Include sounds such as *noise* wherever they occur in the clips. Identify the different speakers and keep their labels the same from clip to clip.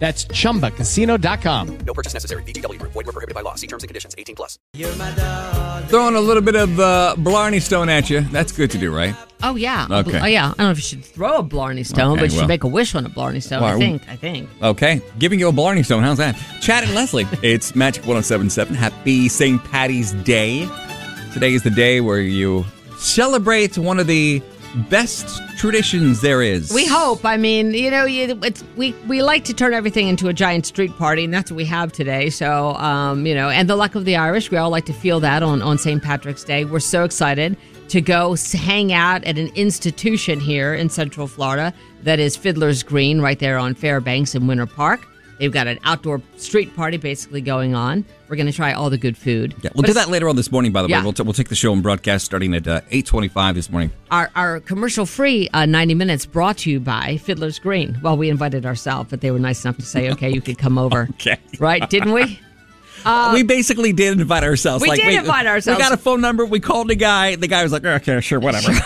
Speaker 1: That's chumbacasino.com.
Speaker 2: No purchase necessary. VGW Group. Void were prohibited by law. See terms and conditions. 18 plus.
Speaker 3: Throwing a little bit of uh, Blarney Stone at you. That's good to do, right?
Speaker 4: Oh yeah.
Speaker 3: Okay.
Speaker 4: Oh, yeah. I don't know if you should throw a Blarney Stone,
Speaker 3: Okay,
Speaker 4: but you
Speaker 3: well.
Speaker 4: should make a wish on a Blarney Stone.
Speaker 3: Well,
Speaker 4: I think. I think.
Speaker 3: Okay. Giving you a Blarney Stone. How's that? Chad and
Speaker 4: *laughs*
Speaker 3: Leslie. It's Magic 1077. Happy St. Patty's Day. Today is the day where you celebrate one of the best traditions there is.
Speaker 4: We hope. I mean, you know, you, it's we we like to turn everything into a giant street party, and that's what we have today. So, um, you know, and the luck of the Irish, we all like to feel that on on St. Patrick's Day. We're so excited to go s- hang out at an institution here in Central Florida that is Fiddler's Green, right there on Fairbanks and Winter Park. They've got an outdoor street party basically going on. We're going to try all the good food.
Speaker 3: Yeah, we'll
Speaker 4: But
Speaker 3: do
Speaker 4: it's-
Speaker 3: that later on this morning, by the way.
Speaker 4: Yeah.
Speaker 3: We'll, t- we'll take the show and broadcast starting at uh, 825 this morning.
Speaker 4: our, our commercial free uh, 90 minutes brought to you by Fiddler's Green. Well, we invited ourselves, but they were nice enough to say, okay, you could come over.
Speaker 3: Okay.
Speaker 4: Right, didn't we?
Speaker 3: we basically did invite ourselves.
Speaker 4: Uh, we did invite ourselves.
Speaker 3: We got a phone number. We called the guy. The guy was like, okay, sure,
Speaker 4: *laughs*
Speaker 3: whatever. *laughs*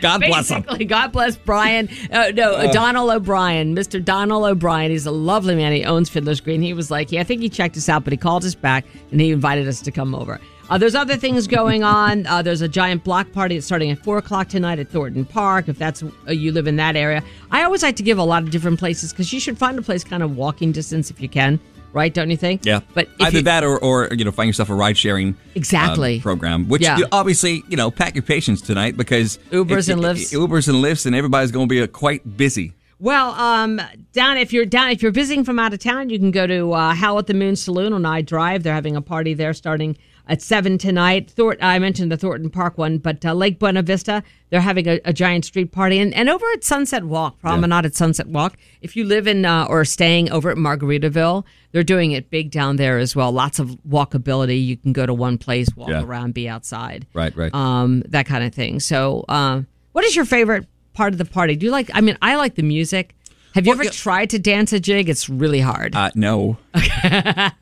Speaker 3: God bless him.
Speaker 4: Basically, God bless Brian. Uh, no, Donald O'Brien, Mr. Donald O'Brien. He's a lovely man. He owns Fiddler's Green. He was like, yeah, I think he checked us out, but he called us back and he invited us to come over. Uh, there's other things going on. Uh, there's a giant block party that's starting at four o'clock tonight at Thornton Park. If that's uh, you live in that area, I always like to give a lot of different places because you should find a place kind of walking distance if you can, right? Don't you think?
Speaker 3: Yeah,
Speaker 4: But if
Speaker 3: either
Speaker 4: you-
Speaker 3: that or, or you know find yourself a ride sharing
Speaker 4: Exactly.
Speaker 3: program, which
Speaker 4: Yeah.
Speaker 3: you- obviously you know pack your patience tonight because
Speaker 4: Ubers and Lyfts.
Speaker 3: Ubers and lifts, and everybody's going to be uh, quite busy.
Speaker 4: Well, um, down if you're down if you're visiting from out of town, you can go to uh, Howl at the Moon Saloon on I Drive. They're having a party there starting at seven tonight. Thort, I mentioned the Thornton Park one, but uh, Lake Buena Vista, they're having a, a giant street party, and, and over at Sunset Walk, Promenade at Sunset Walk. If you live in uh, or are staying over at Margaritaville, they're doing it big down there as well. Lots of walkability. You can go to one place, walk
Speaker 3: Yeah.
Speaker 4: around, be outside
Speaker 3: Right, right.
Speaker 4: um, that kind of thing. So, um, what is your favorite part of the party? Do you like? I mean, I like the music. Have you ever tried to dance a jig? It's really hard.
Speaker 3: Uh, no,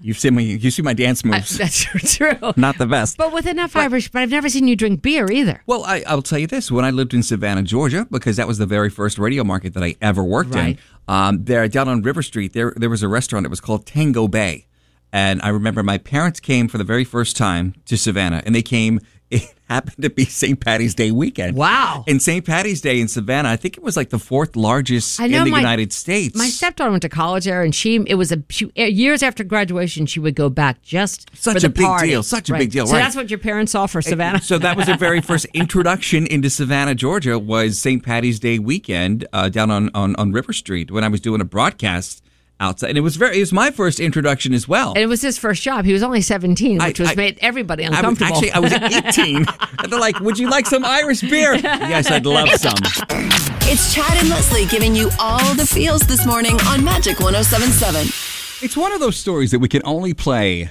Speaker 3: you've seen my you see my dance
Speaker 4: *laughs*
Speaker 3: moves,
Speaker 4: *laughs* That's true.
Speaker 3: not the best.
Speaker 4: but with enough Irish, but I've never seen you drink beer either.
Speaker 3: Well, I, I'll tell you this: when I lived in Savannah, Georgia, because that was the very first radio market that I ever worked in,
Speaker 4: Right.
Speaker 3: um, there down on River Street, there there was a restaurant. It was called Tango Bay, and I remember my parents came for the very first time to Savannah, and they came. *laughs* It happened to be St. Patty's Day weekend.
Speaker 4: Wow.
Speaker 3: And St. Patty's Day in Savannah, I think it was like the fourth largest
Speaker 4: I know
Speaker 3: in the
Speaker 4: my-
Speaker 3: United States.
Speaker 4: My stepdaughter went to college there, and she it was a she, uh, years after graduation she would go back just
Speaker 3: Such
Speaker 4: for the
Speaker 3: a big
Speaker 4: party.
Speaker 3: deal, such a
Speaker 4: Right.
Speaker 3: big deal,
Speaker 4: So
Speaker 3: right.
Speaker 4: that's what your parents saw for Savannah.
Speaker 3: So that was their very first introduction into Savannah, Georgia, was St. Patty's Day weekend uh, down on, on, on River Street when I was doing a broadcast outside, and it was very it was my first introduction as well.
Speaker 4: and it was his first job. He was only seventeen,
Speaker 3: I-
Speaker 4: which was
Speaker 3: I-
Speaker 4: made everybody
Speaker 3: I was,
Speaker 4: uncomfortable.
Speaker 3: actually,
Speaker 4: *laughs*
Speaker 3: I was 18. and they're like, "Would you like some Irish beer?" yes, I'd love some.
Speaker 5: It's Chad and Leslie giving you all the feels this morning on Magic 1077.
Speaker 3: It's one of those stories that we can only play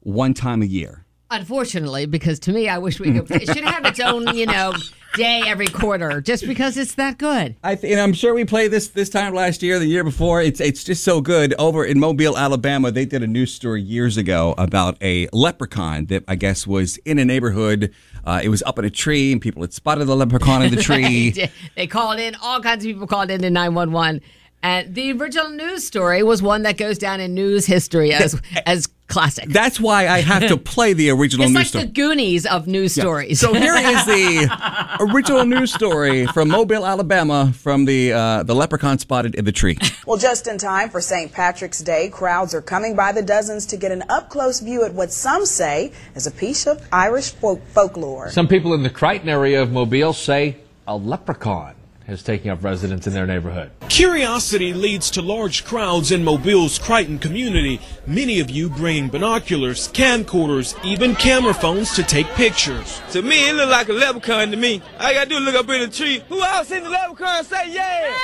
Speaker 3: one time a year.
Speaker 4: Unfortunately, because to me, I wish we could. It should have its own, you know, day every quarter, just because it's that good.
Speaker 3: I th- and I'm sure we played this this time last year, the year before. It's it's just so good. Over in Mobile, Alabama, they did a news story years ago about a leprechaun that I guess was in a neighborhood. Uh, it was up in a tree, and people had spotted the leprechaun
Speaker 4: *laughs*
Speaker 3: in the tree.
Speaker 4: They called in all kinds of people called in to nine one one, and the original news story was one that goes down in news history as as classic.
Speaker 3: That's why I have to play the original
Speaker 4: it's
Speaker 3: news
Speaker 4: like
Speaker 3: story.
Speaker 4: the Goonies of news stories. *laughs*
Speaker 3: So here is the original news story from Mobile, Alabama, from the uh, the leprechaun spotted in the tree.
Speaker 6: Well, just in time for St. Patrick's Day, crowds are coming by the dozens to get an up close view at what some say is a piece of Irish folk- folklore.
Speaker 7: Some people in the Crichton area of Mobile say a leprechaun has taken up residence in their neighborhood.
Speaker 8: Curiosity leads to large crowds in Mobile's Crichton community, many of you bringing binoculars, camcorders, even camera phones to take pictures.
Speaker 9: To me, it look like a leprechaun to me. I gotta do look up in the tree. Who else in the leprechaun say yeah?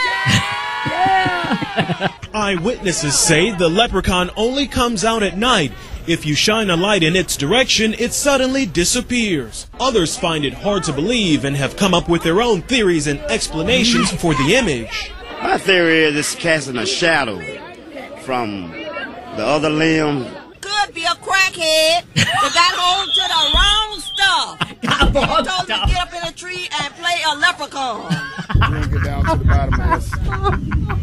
Speaker 8: Eyewitnesses say the leprechaun only comes out at night If you shine a light in its direction, it suddenly disappears. Others find it hard to believe and have come up with their own theories and explanations for the image.
Speaker 10: My theory is it's casting a shadow from the other limb.
Speaker 11: Could be a crackhead that got hold to the wrong stuff. Got wrong told me to get up in a tree and play a leprechaun.
Speaker 12: Get down to the bottom of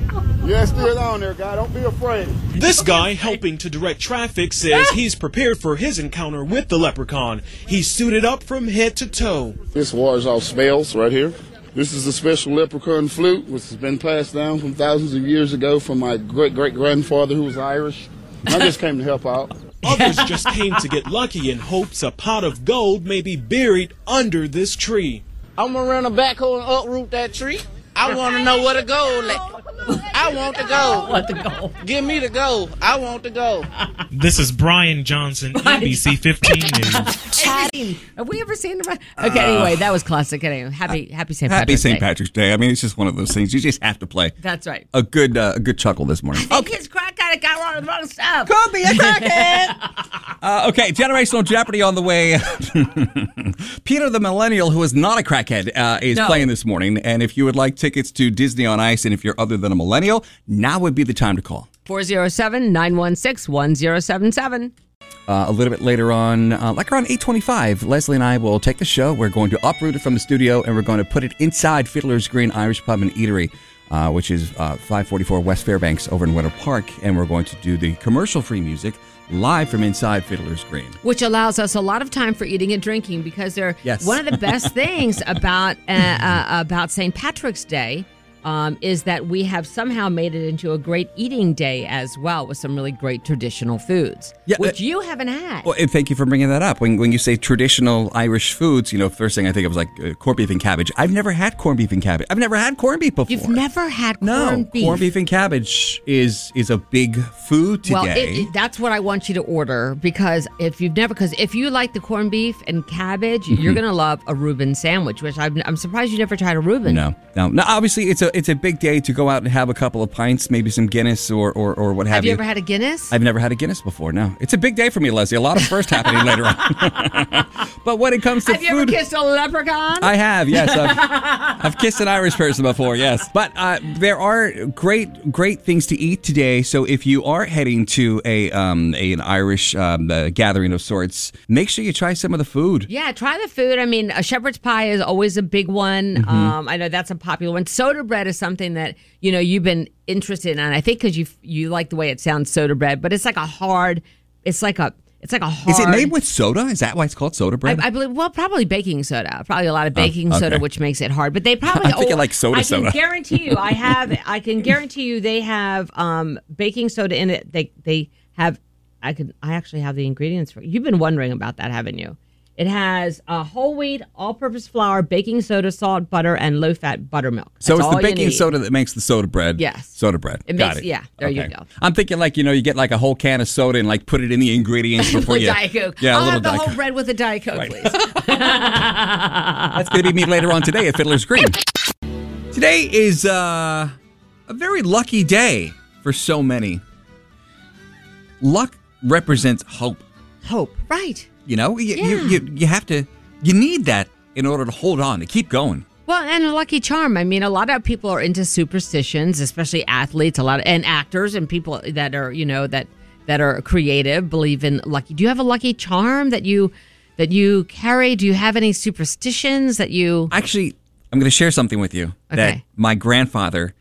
Speaker 12: this. Yeah, it's still on there, guy. Don't be afraid.
Speaker 8: This guy, helping to direct traffic, says he's prepared for his encounter with the leprechaun. He's suited up from head to toe.
Speaker 12: This wars off spells right here. This is a special leprechaun flute, which has been passed down from thousands of years ago from my great great grandfather, who was Irish. I just came to help out.
Speaker 8: Others just came to get lucky in hopes a pot of gold may be buried under this tree.
Speaker 13: I'm gonna run a backhoe and uproot that tree. I want to know where the gold at. I want the gold. Want the
Speaker 3: *laughs*
Speaker 13: gold? Give me the gold. I want the gold.
Speaker 14: This is Brian Johnson, NBC 15 News.
Speaker 4: Chatting. Have we ever seen the? Okay, anyway, that was classic. Anyway, happy happy St.
Speaker 3: Uh, Happy
Speaker 4: Patrick's
Speaker 3: St.
Speaker 4: Day.
Speaker 3: Patrick's Day. I mean, it's just one of those things you just have to play.
Speaker 4: That's right.
Speaker 3: A good uh, a good chuckle this morning.
Speaker 4: Think his crack addict got wrong, wrong stuff.
Speaker 3: Could be a crackhead. *laughs* Uh, okay, generational jeopardy on the way. *laughs* Peter the Millennial, who is not a crackhead, uh, is
Speaker 15: No.
Speaker 3: playing this morning. And if you would like tickets to Disney on Ice, and if you're other than a millennial, now would be the time to call.
Speaker 4: 407 916 1077.
Speaker 3: Uh, a little bit later on, uh, like around 8:25, Leslie and I will take the show. We're going to uproot it from the studio, and we're going to put it inside Fiddler's Green Irish Pub and Eatery, uh, which is uh, 544 West Fairbanks over in Winter Park, and we're going to do the commercial-free music live from inside Fiddler's Green.
Speaker 4: Which allows us a lot of time for eating and drinking because they're
Speaker 3: Yes.
Speaker 4: one of
Speaker 3: *laughs*
Speaker 4: the best things about uh, uh, about St. Patrick's Day um, is that we have somehow made it into a great eating day as well with some really great traditional foods, which you haven't had.
Speaker 3: uh, Well, and thank you for bringing that up. When, when you say traditional Irish foods, you know, first thing I think of was like uh, corned beef and cabbage. I've never had corned beef and cabbage. I've never had corned beef before.
Speaker 4: You've never had corned
Speaker 3: no,
Speaker 4: beef.
Speaker 3: corned beef and cabbage is is a big food today.
Speaker 4: Well, it, it- that's what I want you to order because if you've never, because if you like the corned beef and cabbage, you're
Speaker 3: Mhm.
Speaker 4: gonna love a Reuben sandwich. Which I'm, I'm surprised you never tried a Reuben.
Speaker 3: No, no, no. Obviously, it's a it's a big day to go out and have a couple of pints, maybe some Guinness or or, or what have,
Speaker 4: Have, you, ever had a Guinness?
Speaker 3: I've never had a Guinness before. No, it's a big day for me, Leslie. A lot of first happening later on. *laughs* but when it comes to
Speaker 4: Have you
Speaker 3: food,
Speaker 4: ever kissed a leprechaun?
Speaker 3: I have, yes. I've, I've kissed an Irish person before, yes. But uh, there are great, great things to eat today. So if you are heading to a, um, a an Irish um, uh, gathering of sorts, make sure you try some of the food.
Speaker 4: Yeah, try the food. I mean, a shepherd's pie is always a big one.
Speaker 3: Mhm.
Speaker 4: Um, I know that's a popular one. Soda bread is something that you know you've been interested in. And I think because you you like the way it sounds, soda bread, but it's like a hard. It's like a. It's like a hard.
Speaker 3: Is it made with soda? Is that why it's called soda bread?
Speaker 4: I, I believe, well, probably baking soda. Probably a lot of
Speaker 3: Oh,
Speaker 4: baking soda,
Speaker 3: okay.
Speaker 4: which makes it hard.
Speaker 3: *laughs*
Speaker 4: But they probably.
Speaker 3: I'm thinking like soda
Speaker 4: I
Speaker 3: soda.
Speaker 4: can guarantee you,
Speaker 3: *laughs*
Speaker 4: I have. I can guarantee you, they have um, baking soda in it. They they have. I can. I actually have the ingredients for. You've been wondering about that, haven't you? It has uh, whole wheat, all-purpose flour, baking soda, salt, butter, and low-fat buttermilk.
Speaker 3: so it's
Speaker 4: That's
Speaker 3: the
Speaker 4: all you
Speaker 3: baking
Speaker 4: need.
Speaker 3: soda that makes the soda bread.
Speaker 4: Yes.
Speaker 3: soda bread.
Speaker 4: It
Speaker 3: Got
Speaker 4: makes-
Speaker 3: it.
Speaker 4: yeah, there you go.
Speaker 3: I'm thinking like you know you get like a whole can of soda and like put it in the
Speaker 4: *laughs*
Speaker 3: ingredients before
Speaker 4: *laughs* With
Speaker 3: you.
Speaker 4: Diet Coke.
Speaker 3: Yeah, a
Speaker 4: I'll
Speaker 3: little
Speaker 4: have the
Speaker 3: Diet
Speaker 4: whole
Speaker 3: Coke.
Speaker 4: bread with a Diet Coke, please.
Speaker 3: That's going to be me later on today at Fiddler's Green. Today is uh, a very lucky day for so many. Luck represents hope.
Speaker 4: Hope, right.
Speaker 3: You know, you, you,
Speaker 4: Yeah.
Speaker 3: you, you have to, you need that in order to hold on, to keep going.
Speaker 4: Well, and a lucky charm. I mean, a lot of people are into superstitions, especially athletes, a lot of, and actors and people that are, you know, that that are creative believe in lucky. Do you have a lucky charm that you that you carry? Do you have any superstitions that you
Speaker 3: Actually, I'm going to share something with you that
Speaker 4: Okay.
Speaker 3: my grandfather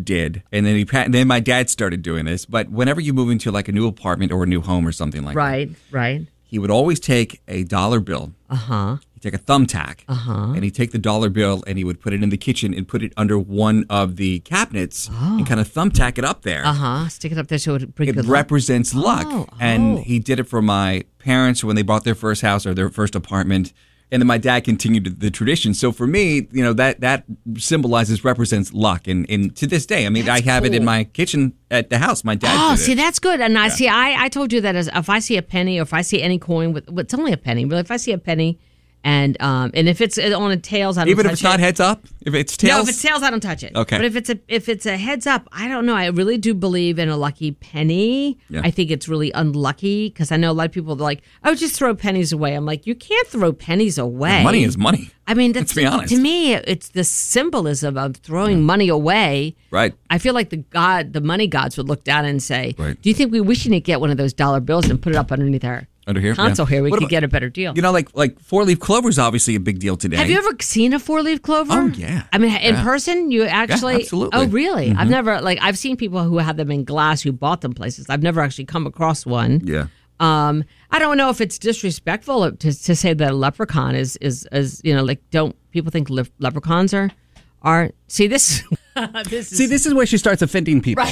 Speaker 3: did, and then he, pa- then my dad started doing this. But whenever you move into like a new apartment or a new home or something like that,
Speaker 4: Right, right.
Speaker 3: he would always take a dollar bill.
Speaker 4: Uh-huh.
Speaker 3: He'd take a thumbtack.
Speaker 4: Uh-huh.
Speaker 3: And he'd take the dollar bill and he would put it in the kitchen and put it under one of the cabinets and kind of thumbtack it up there.
Speaker 4: Oh. Uh-huh. Stick it up there so it bring
Speaker 3: It
Speaker 4: good luck. Oh,
Speaker 3: represents luck. And he did it for my parents when they bought their first house or their first apartment. And then my dad continued the tradition. So for me, you know, that that symbolizes represents luck. And and to this day, I mean, I have it in
Speaker 4: cool.
Speaker 3: my kitchen at the house. My dad
Speaker 4: Oh,
Speaker 3: did it.
Speaker 4: see, that's good. And I see, I, I told you that as if I see a penny or if I see any coin with, well, it's only a penny, really. If I see a penny And um, and if it's on a tails, I don't
Speaker 3: Even if
Speaker 4: touch
Speaker 3: it's not
Speaker 4: it.
Speaker 3: heads up, if it's
Speaker 4: No,
Speaker 3: tails.
Speaker 4: if it's tails, I don't touch it.
Speaker 3: Okay.
Speaker 4: But if it's a if it's a heads up, I don't know. I really do believe in a lucky penny.
Speaker 3: Yeah.
Speaker 4: I think it's really unlucky because I know a lot of people are like, "Oh, just throw pennies away." I'm like, you can't throw pennies away.
Speaker 3: Money is money.
Speaker 4: I mean, that's,
Speaker 3: Let's be honest.
Speaker 4: To me, it's the symbolism of throwing money away.
Speaker 3: Right.
Speaker 4: I feel like the god, the money gods would look down and say, "Do you think we we should not get one of those dollar bills and put it up underneath our
Speaker 3: Under here, yeah.
Speaker 4: console here? We
Speaker 3: What
Speaker 4: could
Speaker 3: about-
Speaker 4: get a better deal."
Speaker 3: You know, like like four leaf clover is obviously a big deal today.
Speaker 4: Have you ever seen a four leaf clover?
Speaker 3: Oh, yeah.
Speaker 4: I mean, in
Speaker 3: Yeah.
Speaker 4: person, you actually.
Speaker 3: absolutely.
Speaker 4: Oh, really? I've
Speaker 3: Mhm.
Speaker 4: never like I've seen people who have them in glass who bought them places. I've never actually come across one.
Speaker 3: Yeah.
Speaker 4: Um, I don't know if it's disrespectful to, to say that a leprechaun is is is you know like don't people think le- leprechauns are are see this this
Speaker 3: See, this is where she starts offending people.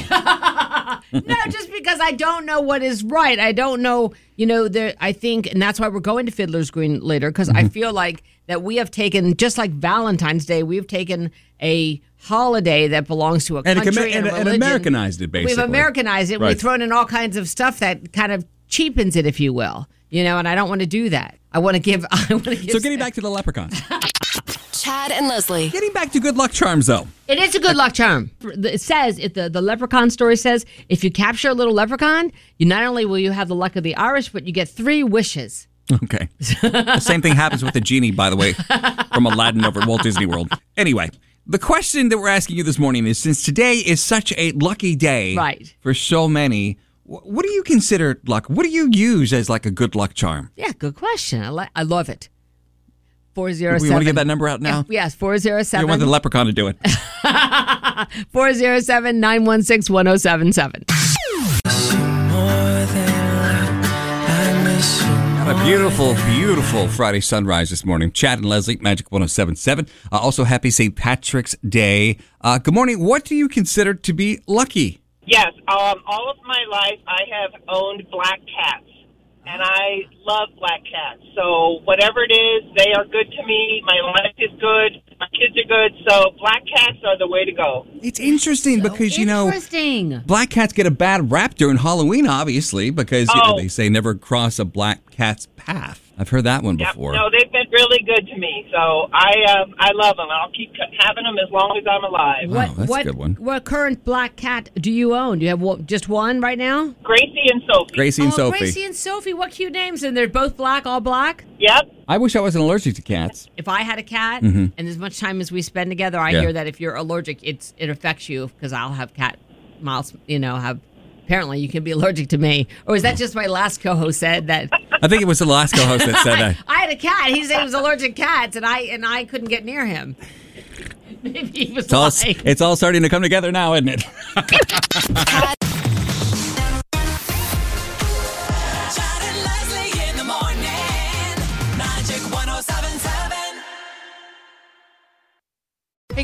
Speaker 4: no,
Speaker 3: *laughs*
Speaker 4: just because I don't know what is right. I don't know, you know, there I think and that's why we're going to Fiddler's Green later because
Speaker 3: Mm-hmm.
Speaker 4: I feel like that we have taken just like Valentine's Day, we've taken a holiday that belongs to a
Speaker 3: And it
Speaker 4: country
Speaker 3: can- and-
Speaker 4: and, a
Speaker 3: and
Speaker 4: religion.
Speaker 3: Americanized it, basically.
Speaker 4: We've Americanized it.
Speaker 3: Right.
Speaker 4: We've thrown in all kinds of stuff that kind of cheapens it, if you will. You know, and I don't want to do that. I want to give *laughs* I want to give
Speaker 3: So getting back to the leprechaun.
Speaker 4: *laughs* Chad and Leslie.
Speaker 3: Getting back to good luck charms though.
Speaker 4: It is a good luck charm. It says if the, the leprechaun story says if you capture a little leprechaun, you not only will you have the luck of the Irish, but you get three wishes.
Speaker 3: Okay. the same thing happens with the genie, by the way, from Aladdin over at Walt Disney World. Anyway, the question that we're asking you this morning is since today is such a lucky day
Speaker 4: Right.
Speaker 3: for so many, wh- what do you consider luck? What do you use as like a good luck charm?
Speaker 4: Yeah, good question. I, li- I love it. Four
Speaker 3: We
Speaker 4: zero
Speaker 3: want
Speaker 4: seven.
Speaker 3: to get that number out now?
Speaker 4: Yes, four
Speaker 3: You
Speaker 4: zero
Speaker 3: want the
Speaker 4: seven.
Speaker 3: leprechaun to do it.
Speaker 4: Four zero seven nine one six one zero seven seven.
Speaker 3: Got a beautiful, beautiful Friday sunrise this morning. Chad and Leslie, Magic 1077. Uh, also, happy St. Patrick's Day. Uh, good morning. What do you consider to be lucky?
Speaker 15: *laughs* Yes, um, all of my life I have owned black cats, and I love black cats. So whatever it is, they are good to me. My life is good. My kids are good. So black cats are the way to go.
Speaker 3: It's interesting because, you know,
Speaker 4: Interesting.
Speaker 3: black cats get a bad rap during Halloween, obviously, because you know,
Speaker 15: Oh.
Speaker 3: they say never cross a black cat's path. I've heard that one before.
Speaker 15: No, they've been really good to me. So I um, I love them. I'll keep having them as long as I'm alive.
Speaker 3: Wow, that's
Speaker 4: what,
Speaker 3: a good one.
Speaker 4: What current black cat do you own? Do you have one, just one right now?
Speaker 15: Gracie and Sophie.
Speaker 3: Gracie and
Speaker 4: oh,
Speaker 3: Sophie.
Speaker 4: Gracie and Sophie. What cute names! And they're both black, all black.
Speaker 15: Yep.
Speaker 3: I wish I wasn't allergic to cats.
Speaker 4: if I had a cat
Speaker 3: Mhm.
Speaker 4: and as much time as we spend together, I
Speaker 3: Yeah.
Speaker 4: hear that if you're allergic, it's it affects you because I'll have cat miles, you know, have apparently you can be allergic to me. Or is that just my last co-host said that
Speaker 3: I think it was the last co host that said
Speaker 15: *laughs*
Speaker 3: that.
Speaker 4: I had a cat. He said he was allergic to cats and I and I couldn't get near him. *laughs* Maybe he was
Speaker 3: It's all,
Speaker 4: lying.
Speaker 3: it's all starting to come together now, isn't it?
Speaker 5: in the morning. Magic 1077.
Speaker 1: Hey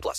Speaker 2: plus.